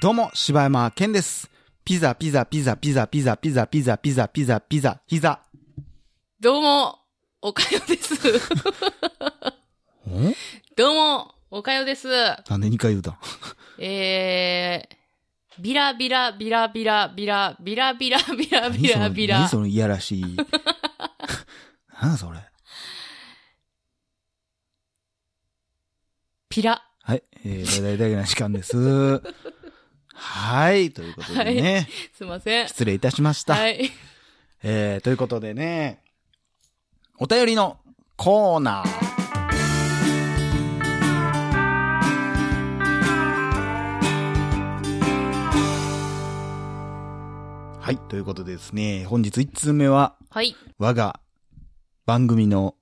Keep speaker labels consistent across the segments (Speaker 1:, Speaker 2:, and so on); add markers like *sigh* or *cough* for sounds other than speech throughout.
Speaker 1: どうも、柴山健です。ピザ、ピザ、ピザ、ピザ、ピザ、ピザ、ピザ、ピザ、ピザ、ピザ、ピザ。
Speaker 2: どうも、おかよ
Speaker 1: *laughs*
Speaker 2: です。
Speaker 1: ん
Speaker 2: どうも、おかよです。
Speaker 1: なんで2回言う
Speaker 2: *laughs*
Speaker 1: たん
Speaker 2: えー、ビラビラビラビラビラビラビラビラビラ
Speaker 1: 何
Speaker 2: ビラ
Speaker 1: そ。の何そのいやら
Speaker 2: *laughs*
Speaker 1: しい。なんだそれ。
Speaker 2: ピラ。
Speaker 1: はい。えー、大々な時間
Speaker 2: *laughs*
Speaker 1: です。はい。ということでね、
Speaker 2: すいません。
Speaker 1: 失礼いたしました。
Speaker 2: はい。
Speaker 1: えー、ということでね、お便りのコーナー。はい、ということでですね、本日1通目は、
Speaker 2: はい。
Speaker 1: 我が番組の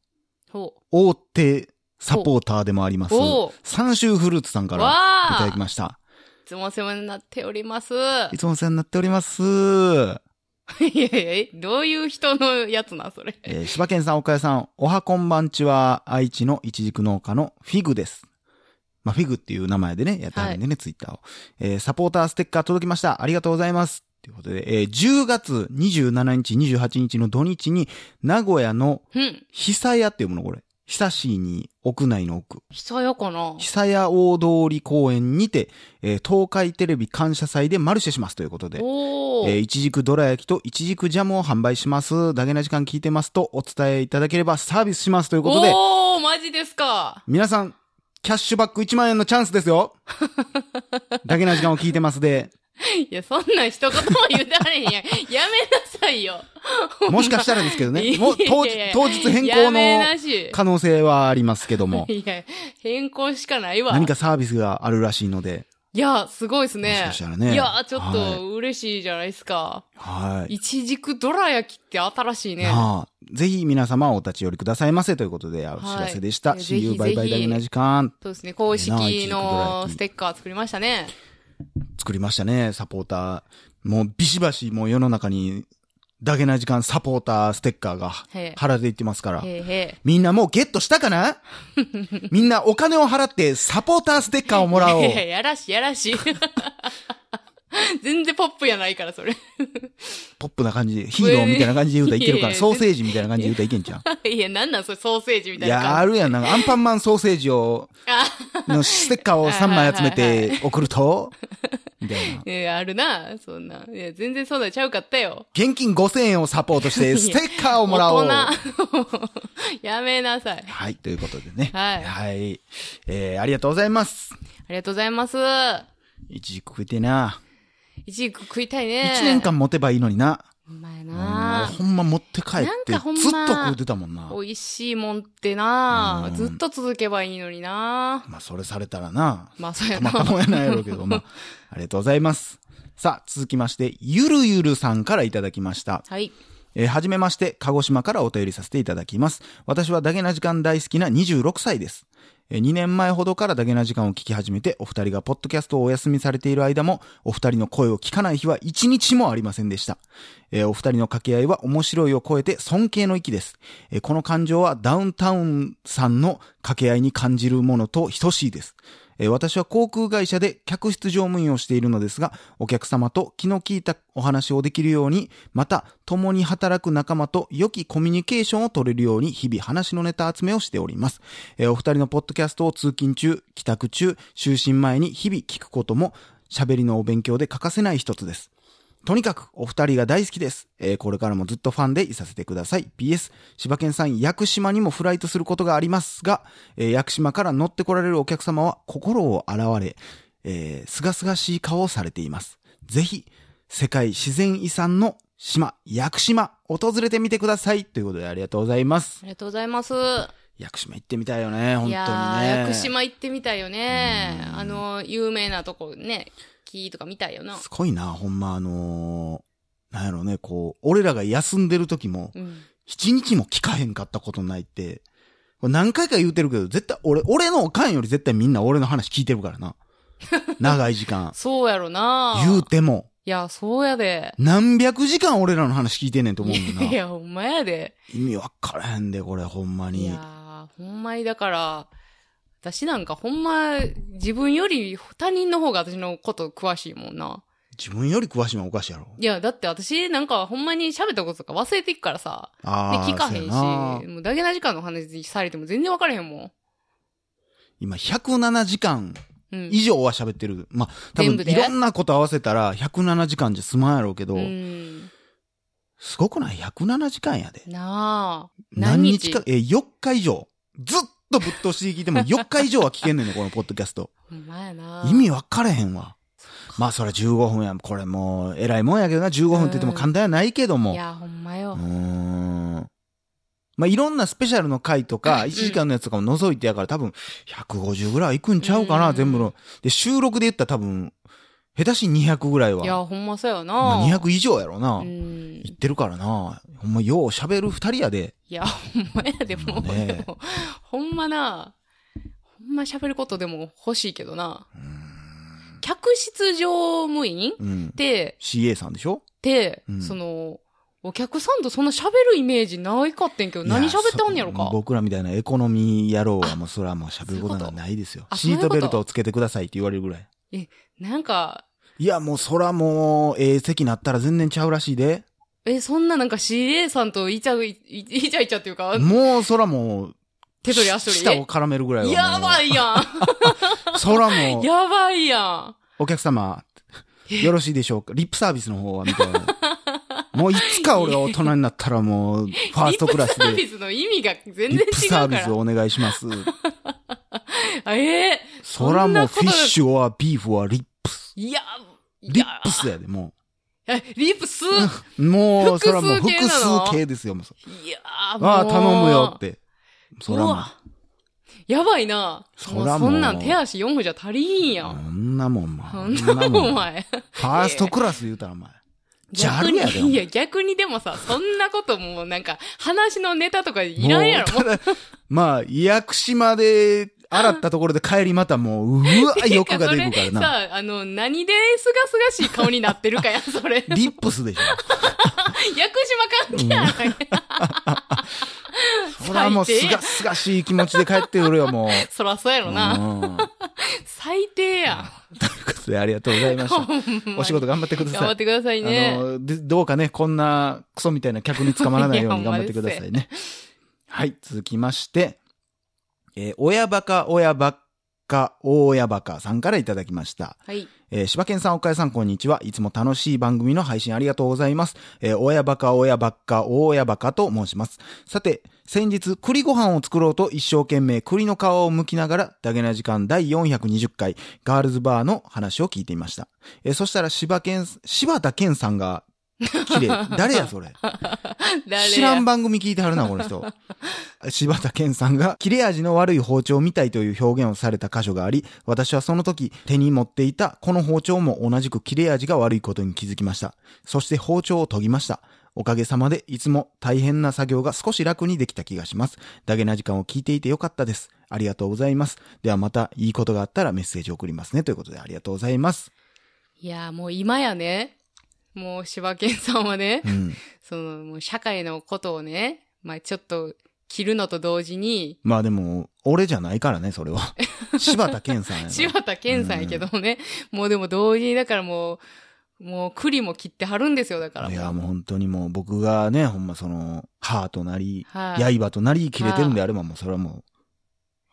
Speaker 2: ほ
Speaker 1: 大手サポーターでもあります
Speaker 2: おう、
Speaker 1: 三州フルーツさん
Speaker 2: う。
Speaker 1: からいた
Speaker 2: わ
Speaker 1: だき
Speaker 2: ー
Speaker 1: ました。
Speaker 2: いつもお世話になっております。
Speaker 1: いつもお世話になっております。え
Speaker 2: いやいや、どういう人のやつな、それ。
Speaker 1: ー、柴犬さん、岡谷さん、おはこんばんちは、愛知の一軸農家のフィグです。まあ、フィグっていう名前でね、やってはるんでね、ツイッターを。えーサポーターステッカー届きました。ありがとうございます。ということで、えー10月27日、28日の土日に、名古屋の
Speaker 2: うん。
Speaker 1: 久屋っていうもの、これ。久しいに屋内の奥。
Speaker 2: 人よ、この。
Speaker 1: 久屋大通公園にて、えー東海テレビ感謝祭でマルシェしますということで、
Speaker 2: お
Speaker 1: えー、
Speaker 2: ー。
Speaker 1: いちじくどら焼きといちじくジャムを販売します。だけな時間聞いてますとお伝えいただければサービスしますということで、
Speaker 2: おー、マジですか。
Speaker 1: 皆さん、キャッシュバック1万円のチャンスです
Speaker 2: *laughs*
Speaker 1: よだけな時間を聞いてますで、
Speaker 2: いや、そんなん一言も言ってはれへんやん。やめなさいよ。
Speaker 1: もしかしたらですけどね、もう当日
Speaker 2: いやいや
Speaker 1: 当日変更
Speaker 2: やめな
Speaker 1: の
Speaker 2: し。
Speaker 1: 可能性はありますけど
Speaker 2: *laughs*
Speaker 1: も、
Speaker 2: いや、変更しかないわ。
Speaker 1: 何かサービスがあるらしいので、
Speaker 2: いや、すごいですね。
Speaker 1: もしかしたらね
Speaker 2: いや、ちょっ
Speaker 1: は
Speaker 2: と嬉しいじゃないですか。
Speaker 1: はい。
Speaker 2: いちじくどら焼きって新しいね。
Speaker 1: はあ、ぜひ皆様お立ち寄りくださいませということでお知らせでした。
Speaker 2: はい
Speaker 1: See you
Speaker 2: ぜひぜ
Speaker 1: bye
Speaker 2: ひ
Speaker 1: bye だけな時間
Speaker 2: そうですね。公式
Speaker 1: なあいちじくどら焼
Speaker 2: の
Speaker 1: き
Speaker 2: ステッカー作りましたね。
Speaker 1: 作りましたね、サポーター。もうビシバシもう世の中にだけな時間サポーターステッカーが
Speaker 2: へえ
Speaker 1: 貼られていってますから
Speaker 2: へ。えへ
Speaker 1: みんなもうゲットしたか
Speaker 2: *laughs*
Speaker 1: なみんなお金を払ってサポーターステッカーをもらおう
Speaker 2: *laughs* え。。いややらしい、やらしい。 *laughs* 全然ポップやないから、それ。 *laughs*
Speaker 1: ポップな感じで、ヒーローみたいな感じで言うたらいけるか
Speaker 2: いやい *laughs*
Speaker 1: ら、
Speaker 2: や
Speaker 1: ソーセージみたいな感じで言うたらいけんじゃん。
Speaker 2: いや、なんなん、それ、ソーセー *laughs* ジみた
Speaker 1: い
Speaker 2: いな
Speaker 1: や、あ
Speaker 2: 感
Speaker 1: るやん。なんかアンパンマンソーセージを、のステッカーを3枚集めて送る
Speaker 2: *laughs*
Speaker 1: と、みたいな。
Speaker 2: じ。 *laughs* いや、あるな、そんな。いや、全然そんなんちゃうかったよ。
Speaker 1: 現金5000円をサポートして、ステッカーをもらおう。
Speaker 2: 大人。 *laughs* やめなさい。
Speaker 1: はい、ということでね。
Speaker 2: はい
Speaker 1: えー、ありがとうございます。
Speaker 2: ありがとうございます。
Speaker 1: いちじく食いてえな。
Speaker 2: いちじく食いたい
Speaker 1: 一
Speaker 2: ね。
Speaker 1: 年。間持てばいいのにな。
Speaker 2: ほんまや
Speaker 1: うん俺
Speaker 2: な。
Speaker 1: ほんま持って帰っ
Speaker 2: なん
Speaker 1: て、ず
Speaker 2: か
Speaker 1: っ
Speaker 2: ほんま
Speaker 1: と食うてたもんな。
Speaker 2: 美味しいもんってな
Speaker 1: うん。
Speaker 2: ずっと続けばいいのにな。
Speaker 1: まあ、それされたらな。
Speaker 2: まあ、そうや
Speaker 1: た
Speaker 2: な
Speaker 1: ま。たまやないやろうけど、
Speaker 2: *laughs*
Speaker 1: まあ、ありがとうございます。さあ、続きまして、ゆるゆるさんからいただきました。
Speaker 2: はい。
Speaker 1: えーはじめまして、鹿児島からお便りさせていただきます。私はダゲな時間大好きな26歳です。えー2年前ほどからダゲな時間を聞き始めて、お二人がポッドキャストをお休みされている間も、お二人の声を聞かない日は一日もありませんでした。えーお二人の掛け合いは面白いを超えて尊敬の域です。えーこの感情はダウンタウンさんの掛け合いに感じるものと等しいです。えー私は航空会社で客室乗務員をしているのですが、お客様と気の利いたお話をできるように、また、共に働く仲間と良きコミュニケーションを取れるように、日々話のネタ集めをしております。えーお二人のポッドキャストを通勤中、帰宅中、就寝前に日々聞くことも、喋りのお勉強で欠かせない一つです。とにかく、お二人が大好きです。えーこれからもずっとファンでいさせてください。PS、柴犬さん、屋久島にもフライトすることがありますが、えー屋久島から乗ってこられるお客様は心を洗われ、えー、すがすがしい顔をされています。ぜひ、世界自然遺産の島、屋久島、訪れてみてください。ということでありがとうございます。
Speaker 2: ありがとうございます。
Speaker 1: 屋久島行ってみたいよね、本当に
Speaker 2: い
Speaker 1: ね。
Speaker 2: やー、屋久島行ってみたいよね。あの、有名なとこね、木とか見たいよな
Speaker 1: す。ごいな、ほんまあのーなんやろね、こう、俺らが休んでる時も、
Speaker 2: うん。
Speaker 1: 一日も聞かへんかったことないって、これ何回か言うてるけど、絶対俺、俺のおかんより絶対みんな俺の話聞いてるからな。
Speaker 2: *laughs*
Speaker 1: 長い時間。
Speaker 2: そうやろな。
Speaker 1: 言う
Speaker 2: い
Speaker 1: ても、
Speaker 2: や、そうやで。。
Speaker 1: 何百時間俺らの話聞いてんねんと思うもんない
Speaker 2: や、ほんまやで。
Speaker 1: 意味わからへんで、これ、ほんま
Speaker 2: い
Speaker 1: に。
Speaker 2: やー、ほんまにだから、私なんかほんま、自分より他人の方が私のこと詳しいもんな。
Speaker 1: 自分より詳しいのはおかしいやろ。
Speaker 2: いや、だって私なんかほんまに喋ったこととか忘れていくからさ。で、
Speaker 1: ああ。
Speaker 2: 聞かへ
Speaker 1: そうやなん
Speaker 2: し、もうだけな時間の話されても全然分からへんも
Speaker 1: 今、107時間
Speaker 2: ん。うん。
Speaker 1: 以上は喋ってる。まあ、多
Speaker 2: 全
Speaker 1: 分
Speaker 2: 部で
Speaker 1: いろんなこと合わせたら107時間じゃ済まんやろうけど、
Speaker 2: うん。
Speaker 1: すごくない ?107 時間やで。
Speaker 2: なあ。
Speaker 1: 何
Speaker 2: 何
Speaker 1: 日
Speaker 2: 日
Speaker 1: か、えー、4日以上。ずっとぶっ通しで聞い
Speaker 2: *laughs*
Speaker 1: ても4日以上は聞けんねんね、このポッドキャスト。
Speaker 2: ほんまやな。
Speaker 1: 意味分かれへんわ。まあそりゃ15分や。これもう、偉いもんやけどな、15分って言っても簡単やないけども。
Speaker 2: いや、ほんまよ
Speaker 1: うー。んまあ、いろんなスペシャルの回とか、
Speaker 2: うん
Speaker 1: 1時間のやつとかも除いてやから、多分、150ぐらいいくんちゃうかな、
Speaker 2: うん
Speaker 1: 全部の。で、収録で言ったら多分、下手し200ぐらい
Speaker 2: い
Speaker 1: は。
Speaker 2: や、ほんまそうやな。
Speaker 1: まあ、200以上やろな。
Speaker 2: う
Speaker 1: 言
Speaker 2: ん。
Speaker 1: ってるからな。ほんま、よう喋る二人やで。
Speaker 2: いや、ほんまやでも、
Speaker 1: まあね
Speaker 2: でもほんまな、ほんま喋ることでも欲しいけどな。客室乗務員っ
Speaker 1: うん。
Speaker 2: て、
Speaker 1: CA さんでしょ
Speaker 2: で、
Speaker 1: うん
Speaker 2: その、お客さんとそんな喋るイメージないかってんけど、何喋ってはんねやろ
Speaker 1: いそ
Speaker 2: か。
Speaker 1: 僕らみたいなエコノミー野郎はもうそれはもう喋ることなんかないですよ。
Speaker 2: あそう
Speaker 1: シ
Speaker 2: いう
Speaker 1: ー
Speaker 2: こ
Speaker 1: ト
Speaker 2: と
Speaker 1: ベルトをつけてくださいって言われるぐらい。
Speaker 2: なんか、
Speaker 1: いや、もうそらもう、ええ席なったら全然ちゃうらしいで。
Speaker 2: え、そんななんか CA さんとイチャイ、イイチャイチャっていうか、
Speaker 1: もうそらもう、
Speaker 2: 手取り足取
Speaker 1: 舌を
Speaker 2: り。
Speaker 1: 絡めるぐらいはもう。
Speaker 2: やばいや
Speaker 1: そら
Speaker 2: ん。
Speaker 1: もう、
Speaker 2: *laughs* やばいやん。
Speaker 1: お客様、よろしいでしょうかリップサービスの方は、みたいな。もういつか俺が大人になったらもう、ファーストクラス
Speaker 2: サー
Speaker 1: で、
Speaker 2: ビスの意味が全
Speaker 1: リ
Speaker 2: 然違
Speaker 1: ッ
Speaker 2: う
Speaker 1: プサー
Speaker 2: か
Speaker 1: ビス
Speaker 2: ら
Speaker 1: を。お願いします。
Speaker 2: あえ
Speaker 1: そらもう、フ
Speaker 2: そ
Speaker 1: ィッ
Speaker 2: んなこと
Speaker 1: シュはビーフはリップス。
Speaker 2: ー、いや、い
Speaker 1: リ
Speaker 2: や
Speaker 1: ップスやで、も
Speaker 2: えリップス、
Speaker 1: う。もう、そらもう
Speaker 2: 複
Speaker 1: 複
Speaker 2: 数形なの
Speaker 1: 数形ですよ、もう。
Speaker 2: いやーもう。
Speaker 1: ああ、頼むよっ。て。そら
Speaker 2: う
Speaker 1: もう
Speaker 2: わ。やばいな。
Speaker 1: そ
Speaker 2: もう
Speaker 1: らもう
Speaker 2: そんなん手足4分じゃ足りひんや
Speaker 1: そ
Speaker 2: ん。
Speaker 1: んなもん、まあ。
Speaker 2: そ
Speaker 1: そ
Speaker 2: ん
Speaker 1: んなも
Speaker 2: なも
Speaker 1: ん。フ
Speaker 2: ん、お前。
Speaker 1: ァーストクラス言うたら、お前。ジャ
Speaker 2: 逆
Speaker 1: ル
Speaker 2: に
Speaker 1: やで。お前
Speaker 2: いや、逆にでもさ、そんなこともなんか、話のネタとかいらんやろ。
Speaker 1: もうただ、まあ、屋久島で洗ったところで帰りまたもう、うわ、欲が出るから
Speaker 2: それ
Speaker 1: な。
Speaker 2: さ、あの、何で清々しい顔になってる
Speaker 1: *laughs*
Speaker 2: かや、 *laughs* それ。
Speaker 1: リップスでしょ。
Speaker 2: 屋久島関係やない。
Speaker 1: そらもう、
Speaker 2: 最
Speaker 1: す
Speaker 2: 低
Speaker 1: がすがしい気持ちで帰ってくるよ、もう。
Speaker 2: そらそうやろ
Speaker 1: う
Speaker 2: な。
Speaker 1: ん。という
Speaker 2: 最低やん。
Speaker 1: ことで、ありがとうございました。お仕事頑張ってくだ
Speaker 2: 頑張
Speaker 1: さ
Speaker 2: っ
Speaker 1: い。
Speaker 2: てください
Speaker 1: あ
Speaker 2: ね。
Speaker 1: ので、どうかね、こんなクソみたいな客に捕まらないように
Speaker 2: *laughs* いや
Speaker 1: 頑
Speaker 2: ほん
Speaker 1: 張
Speaker 2: ま
Speaker 1: って
Speaker 2: です
Speaker 1: くださいね。はい、続きまして、えー親バカ、親バカ、親バカさんからいただきました。
Speaker 2: はい。
Speaker 1: えー、柴犬さん、岡谷さん、こんにちは。いつも楽しい番組の配信ありがとうございます。えー、親バカ、親バカ、大親バカと申します。さて、先日、栗ご飯を作ろうと一生懸命栗の皮を剥きながら、ダゲな時間第420回、ガールズバーの話を聞いていました。えー、そしたら、柴犬、柴田健さんが、綺麗。誰や、それ。
Speaker 2: 誰や
Speaker 1: 知らん番組聞いてはるな、この
Speaker 2: *laughs*
Speaker 1: 人。柴田健さんが、切れ味の悪い包丁みたいという表現をされた箇所があり、私はその時、手に持っていたこの包丁も同じく切れ味が悪いことに気づきました。そして包丁を研ぎました。おかげさまで、いつも大変な作業が少し楽にできた気がします。ダゲな時間を聞いていてよかったです。ありがとうございます。ではまた、いいことがあったらメッセージを送りますね。ということで、ありがとうございます。
Speaker 2: いや、もう今やね、もう柴犬さんはね
Speaker 1: う、ん。
Speaker 2: その、もう社会のことをね、まあちょっと、着るのと同時に、
Speaker 1: まあでも、俺じゃないからね、それ
Speaker 2: *laughs*
Speaker 1: は。柴田健さんやから。
Speaker 2: 柴田健さんやけどもね、もうでも同時に、だからもう、もう栗も切ってはるんですよ、だから
Speaker 1: い
Speaker 2: もう。
Speaker 1: や、もう本当にもう僕がね、ほんまその、歯となり、
Speaker 2: はい、
Speaker 1: 刃となり切れてるんであれば、もうそれはもう、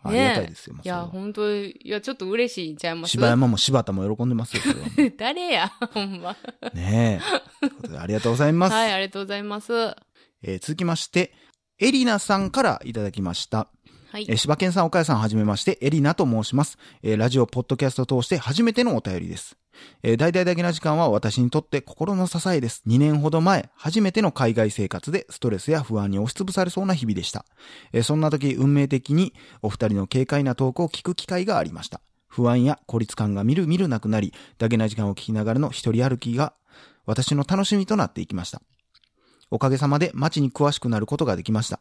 Speaker 1: あり
Speaker 2: ねえ
Speaker 1: がたいですよ。もう
Speaker 2: い
Speaker 1: それは
Speaker 2: や、ほんと、いや、ちょっと嬉しいんちゃいます
Speaker 1: 柴山も柴田も喜んでますよ、それはも
Speaker 2: *laughs* 誰や、ほんま。 *laughs*
Speaker 1: う。ねえ。ということで、ありがとうございます。
Speaker 2: はい、ありがとうございます。は
Speaker 1: えー続きまして、エリナさんからいただきました。
Speaker 2: い
Speaker 1: えー。柴犬さん、岡谷さん、はじめまして、エリナと申します。えーラジオ、ポッドキャストを通して初めてのお便りです。えー大々だけな時間は私にとって心の支えです。2年ほど前、初めての海外生活でストレスや不安に押しつぶされそうな日々でした。えーそんな時、運命的にお二人の軽快なトークを聞く機会がありました。不安や孤立感がみるみるなくなり、だけな時間を聞きながらの一人歩きが私の楽しみとなっていきました。おかげさまで街に詳しくなることができました。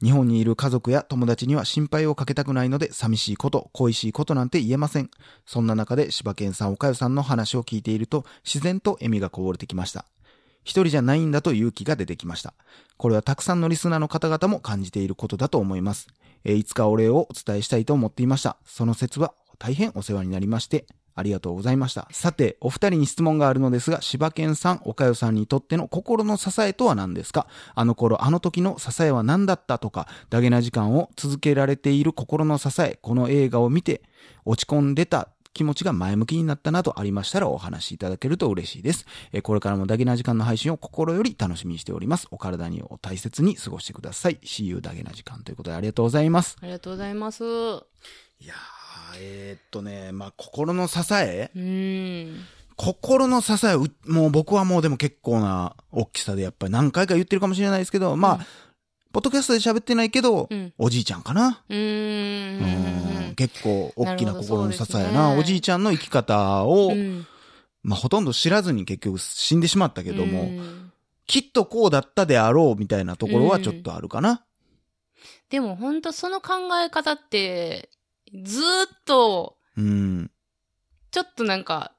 Speaker 1: 日本にいる家族や友達には心配をかけたくないので、寂しいこと、恋しいことなんて言えません。そんな中で柴犬さん、おかゆさんの話を聞いていると、自然と笑みがこぼれてきました。一人じゃないんだという気が出てきました。これはたくさんのリスナーの方々も感じていることだと思います。えーいつかお礼をお伝えしたいと思っていました。その説は大変お世話になりまして、ありがとうございました。さて、お二人に質問があるのですが、柴犬さん、岡代さんにとっての心の支えとは何ですかあの頃、あの時の支えは何だったとか、ダゲな時間を続けられている心の支え、この映画を見て、落ち込んでた気持ちが前向きになったなどありましたらお話しいただけると嬉しいです。えーこれからもダゲな時間の配信を心より楽しみにしております。お体にお大切に過ごしてください。See you ダゲな時間ということでありがとうございます。
Speaker 2: ありがとうございます。
Speaker 1: いやー、えーっとね、まあ、心の支え
Speaker 2: うん。
Speaker 1: 心の支え、うもう僕はもうでも結構な大きさでやっぱり何回か言ってるかもしれないですけど、まあ、
Speaker 2: うん
Speaker 1: ポッドキャストで喋ってないけど、
Speaker 2: うん。
Speaker 1: おじいちゃんかな。
Speaker 2: うーん。
Speaker 1: うん結構大きな心の支えや
Speaker 2: なるほどそう
Speaker 1: な。
Speaker 2: ですね
Speaker 1: おじいちゃんの生き方を、
Speaker 2: うん
Speaker 1: まあほとんど知らずに結局死んでしまったけども、
Speaker 2: うん
Speaker 1: きっとこうだったであろうみたいなところはちょっとあるかな。
Speaker 2: でも本当その考え方って、ずーっと、
Speaker 1: うん。
Speaker 2: ちょっとなんか、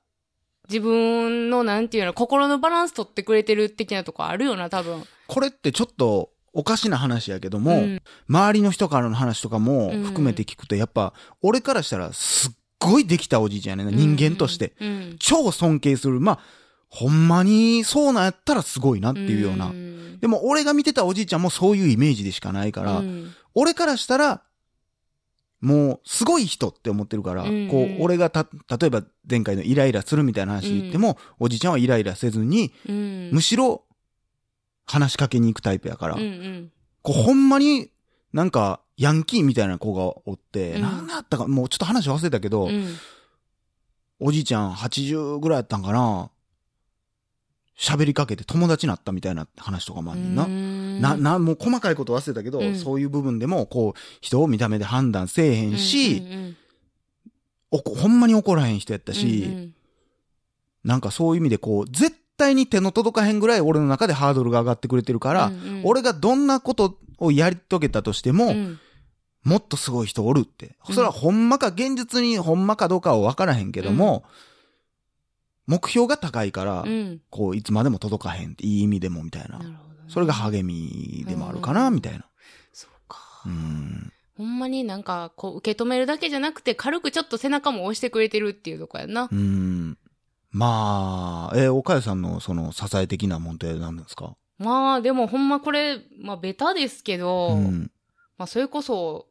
Speaker 2: 自分のなんていうの、心のバランス取ってくれてる的なとこあるよな、多分。
Speaker 1: これってちょっとおかしな話やけども、
Speaker 2: ん
Speaker 1: 周りの人からの話とかも含めて聞くと、やっぱ、俺からしたらすっごいできたおじいちゃんやねんな、人間として。。
Speaker 2: うん。
Speaker 1: 超尊敬する。まあ、ほんまにそうなんやったらすごいなっていうような。
Speaker 2: ん
Speaker 1: でも俺が見てたおじいちゃんもそういうイメージでしかないから、
Speaker 2: うん
Speaker 1: 俺からしたら、もう、すごい人って思ってるから、
Speaker 2: うん
Speaker 1: こう、俺がた、例えば前回のイライラするみたいな話言っても、おじいちゃんはイライラせずに、
Speaker 2: うん。
Speaker 1: むしろ、話しかけに行くタイプやから、
Speaker 2: うんうん。
Speaker 1: こう、ほんまに、なんか、ヤンキーみたいな子がおって、
Speaker 2: うん
Speaker 1: なんだったか、もうちょっと話忘れたけど、
Speaker 2: うん
Speaker 1: おじいちゃん80ぐらいやったんかな、喋りかけて友達になったみたいな話とかもあんねんな。
Speaker 2: うん
Speaker 1: な、な、もう細かいこと忘れたけど、
Speaker 2: うん
Speaker 1: そういう部分でも、こう、人を見た目で判断せえへんし、
Speaker 2: うんうん
Speaker 1: おこほんまに怒らへん人やった
Speaker 2: うん
Speaker 1: し、
Speaker 2: うん
Speaker 1: なんかそういう意味でこう、絶対に手の届かへんぐらい俺の中でハードルが上がってくれてるから、
Speaker 2: うんうん
Speaker 1: 俺がどんなことをやり遂げたとしても、
Speaker 2: うん
Speaker 1: もっとすごい人おるって。
Speaker 2: うん
Speaker 1: それはほんまか、現実にほんまかどうかはわからへんけども、目標が高いから、
Speaker 2: うん
Speaker 1: こう、いつまでも届かへんって、いい意味でもみたいな。
Speaker 2: なるほどね
Speaker 1: それが励みでもあるかな、
Speaker 2: うん
Speaker 1: みたいな。
Speaker 2: そうか
Speaker 1: うん。
Speaker 2: ほんまになんか、こう、受け止めるだけじゃなくて、軽くちょっと背中も押してくれてるっていうとこやな
Speaker 1: う。ん。まあ、えー、岡谷さんのその支え的なもんって何なんですか
Speaker 2: まあ、でもほんまこれ、まあ、ベタですけど、
Speaker 1: うん。
Speaker 2: まあ、それこそ、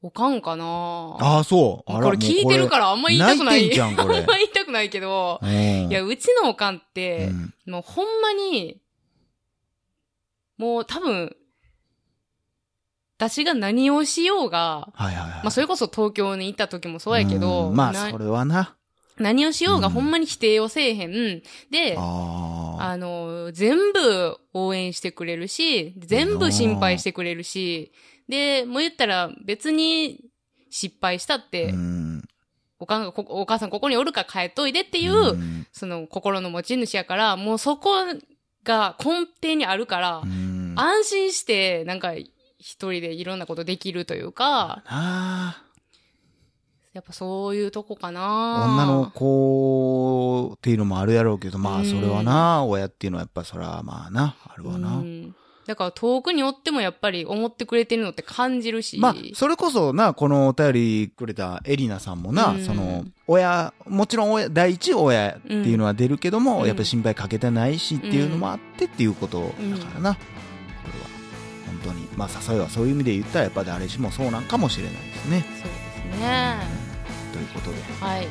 Speaker 2: おかんかな
Speaker 1: ああ、そう。あら。
Speaker 2: これ聞いてるかららあんま言いたくない。
Speaker 1: 泣いてんじゃんこれ
Speaker 2: *laughs* あんま言いたくないけど
Speaker 1: も、ううん
Speaker 2: いや、うちのおかんって
Speaker 1: う、ん
Speaker 2: もうほんまに、もう多分、私が何をしようが、
Speaker 1: はいはいはい。
Speaker 2: まあそれこそ東京に行った時もそうやけど、
Speaker 1: うんまあ、
Speaker 2: な
Speaker 1: それはな。
Speaker 2: 何をしよう
Speaker 1: う
Speaker 2: が
Speaker 1: ん
Speaker 2: ほんまに否定をせえへん。で、あ
Speaker 1: ああ。
Speaker 2: の、全部応援してくれるし、全部心配してくれるし、で、もう言ったら別に失敗したって、
Speaker 1: うん。っ
Speaker 2: おかんがここお母さんここにおるから帰っといでって
Speaker 1: て
Speaker 2: いう、その心の持ち主やから、もうそこが根底にあるから、
Speaker 1: うん。あ
Speaker 2: 安心して、なんか、一人でいろんなことできるというか、
Speaker 1: あ。
Speaker 2: やっぱそういうとこかな
Speaker 1: 女の子っていうのもあるやろうけど、ま
Speaker 2: う
Speaker 1: あ、
Speaker 2: ん
Speaker 1: それはな、親っていうのはやっぱそれはまあな、あるわ
Speaker 2: う
Speaker 1: な。
Speaker 2: んだから遠くにおってもやっぱり思ってくれてるのって感じるし。
Speaker 1: まあ、それこそな、このお便りくれたエリナさんもな、
Speaker 2: うん
Speaker 1: その、親、もちろん親、第一親っていうのは出るけども、
Speaker 2: うん
Speaker 1: やっぱり心配かけてないしっていうのもあってっていうことだからな、これは。本当に。まあ、誘いはそういう意味で言ったら、やっぱ誰しもそうなんかもしれないですね。
Speaker 2: そうですね。
Speaker 1: ということで、
Speaker 2: はい。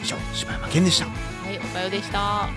Speaker 1: 以上、柴山健でした。
Speaker 2: はい、おかよでした。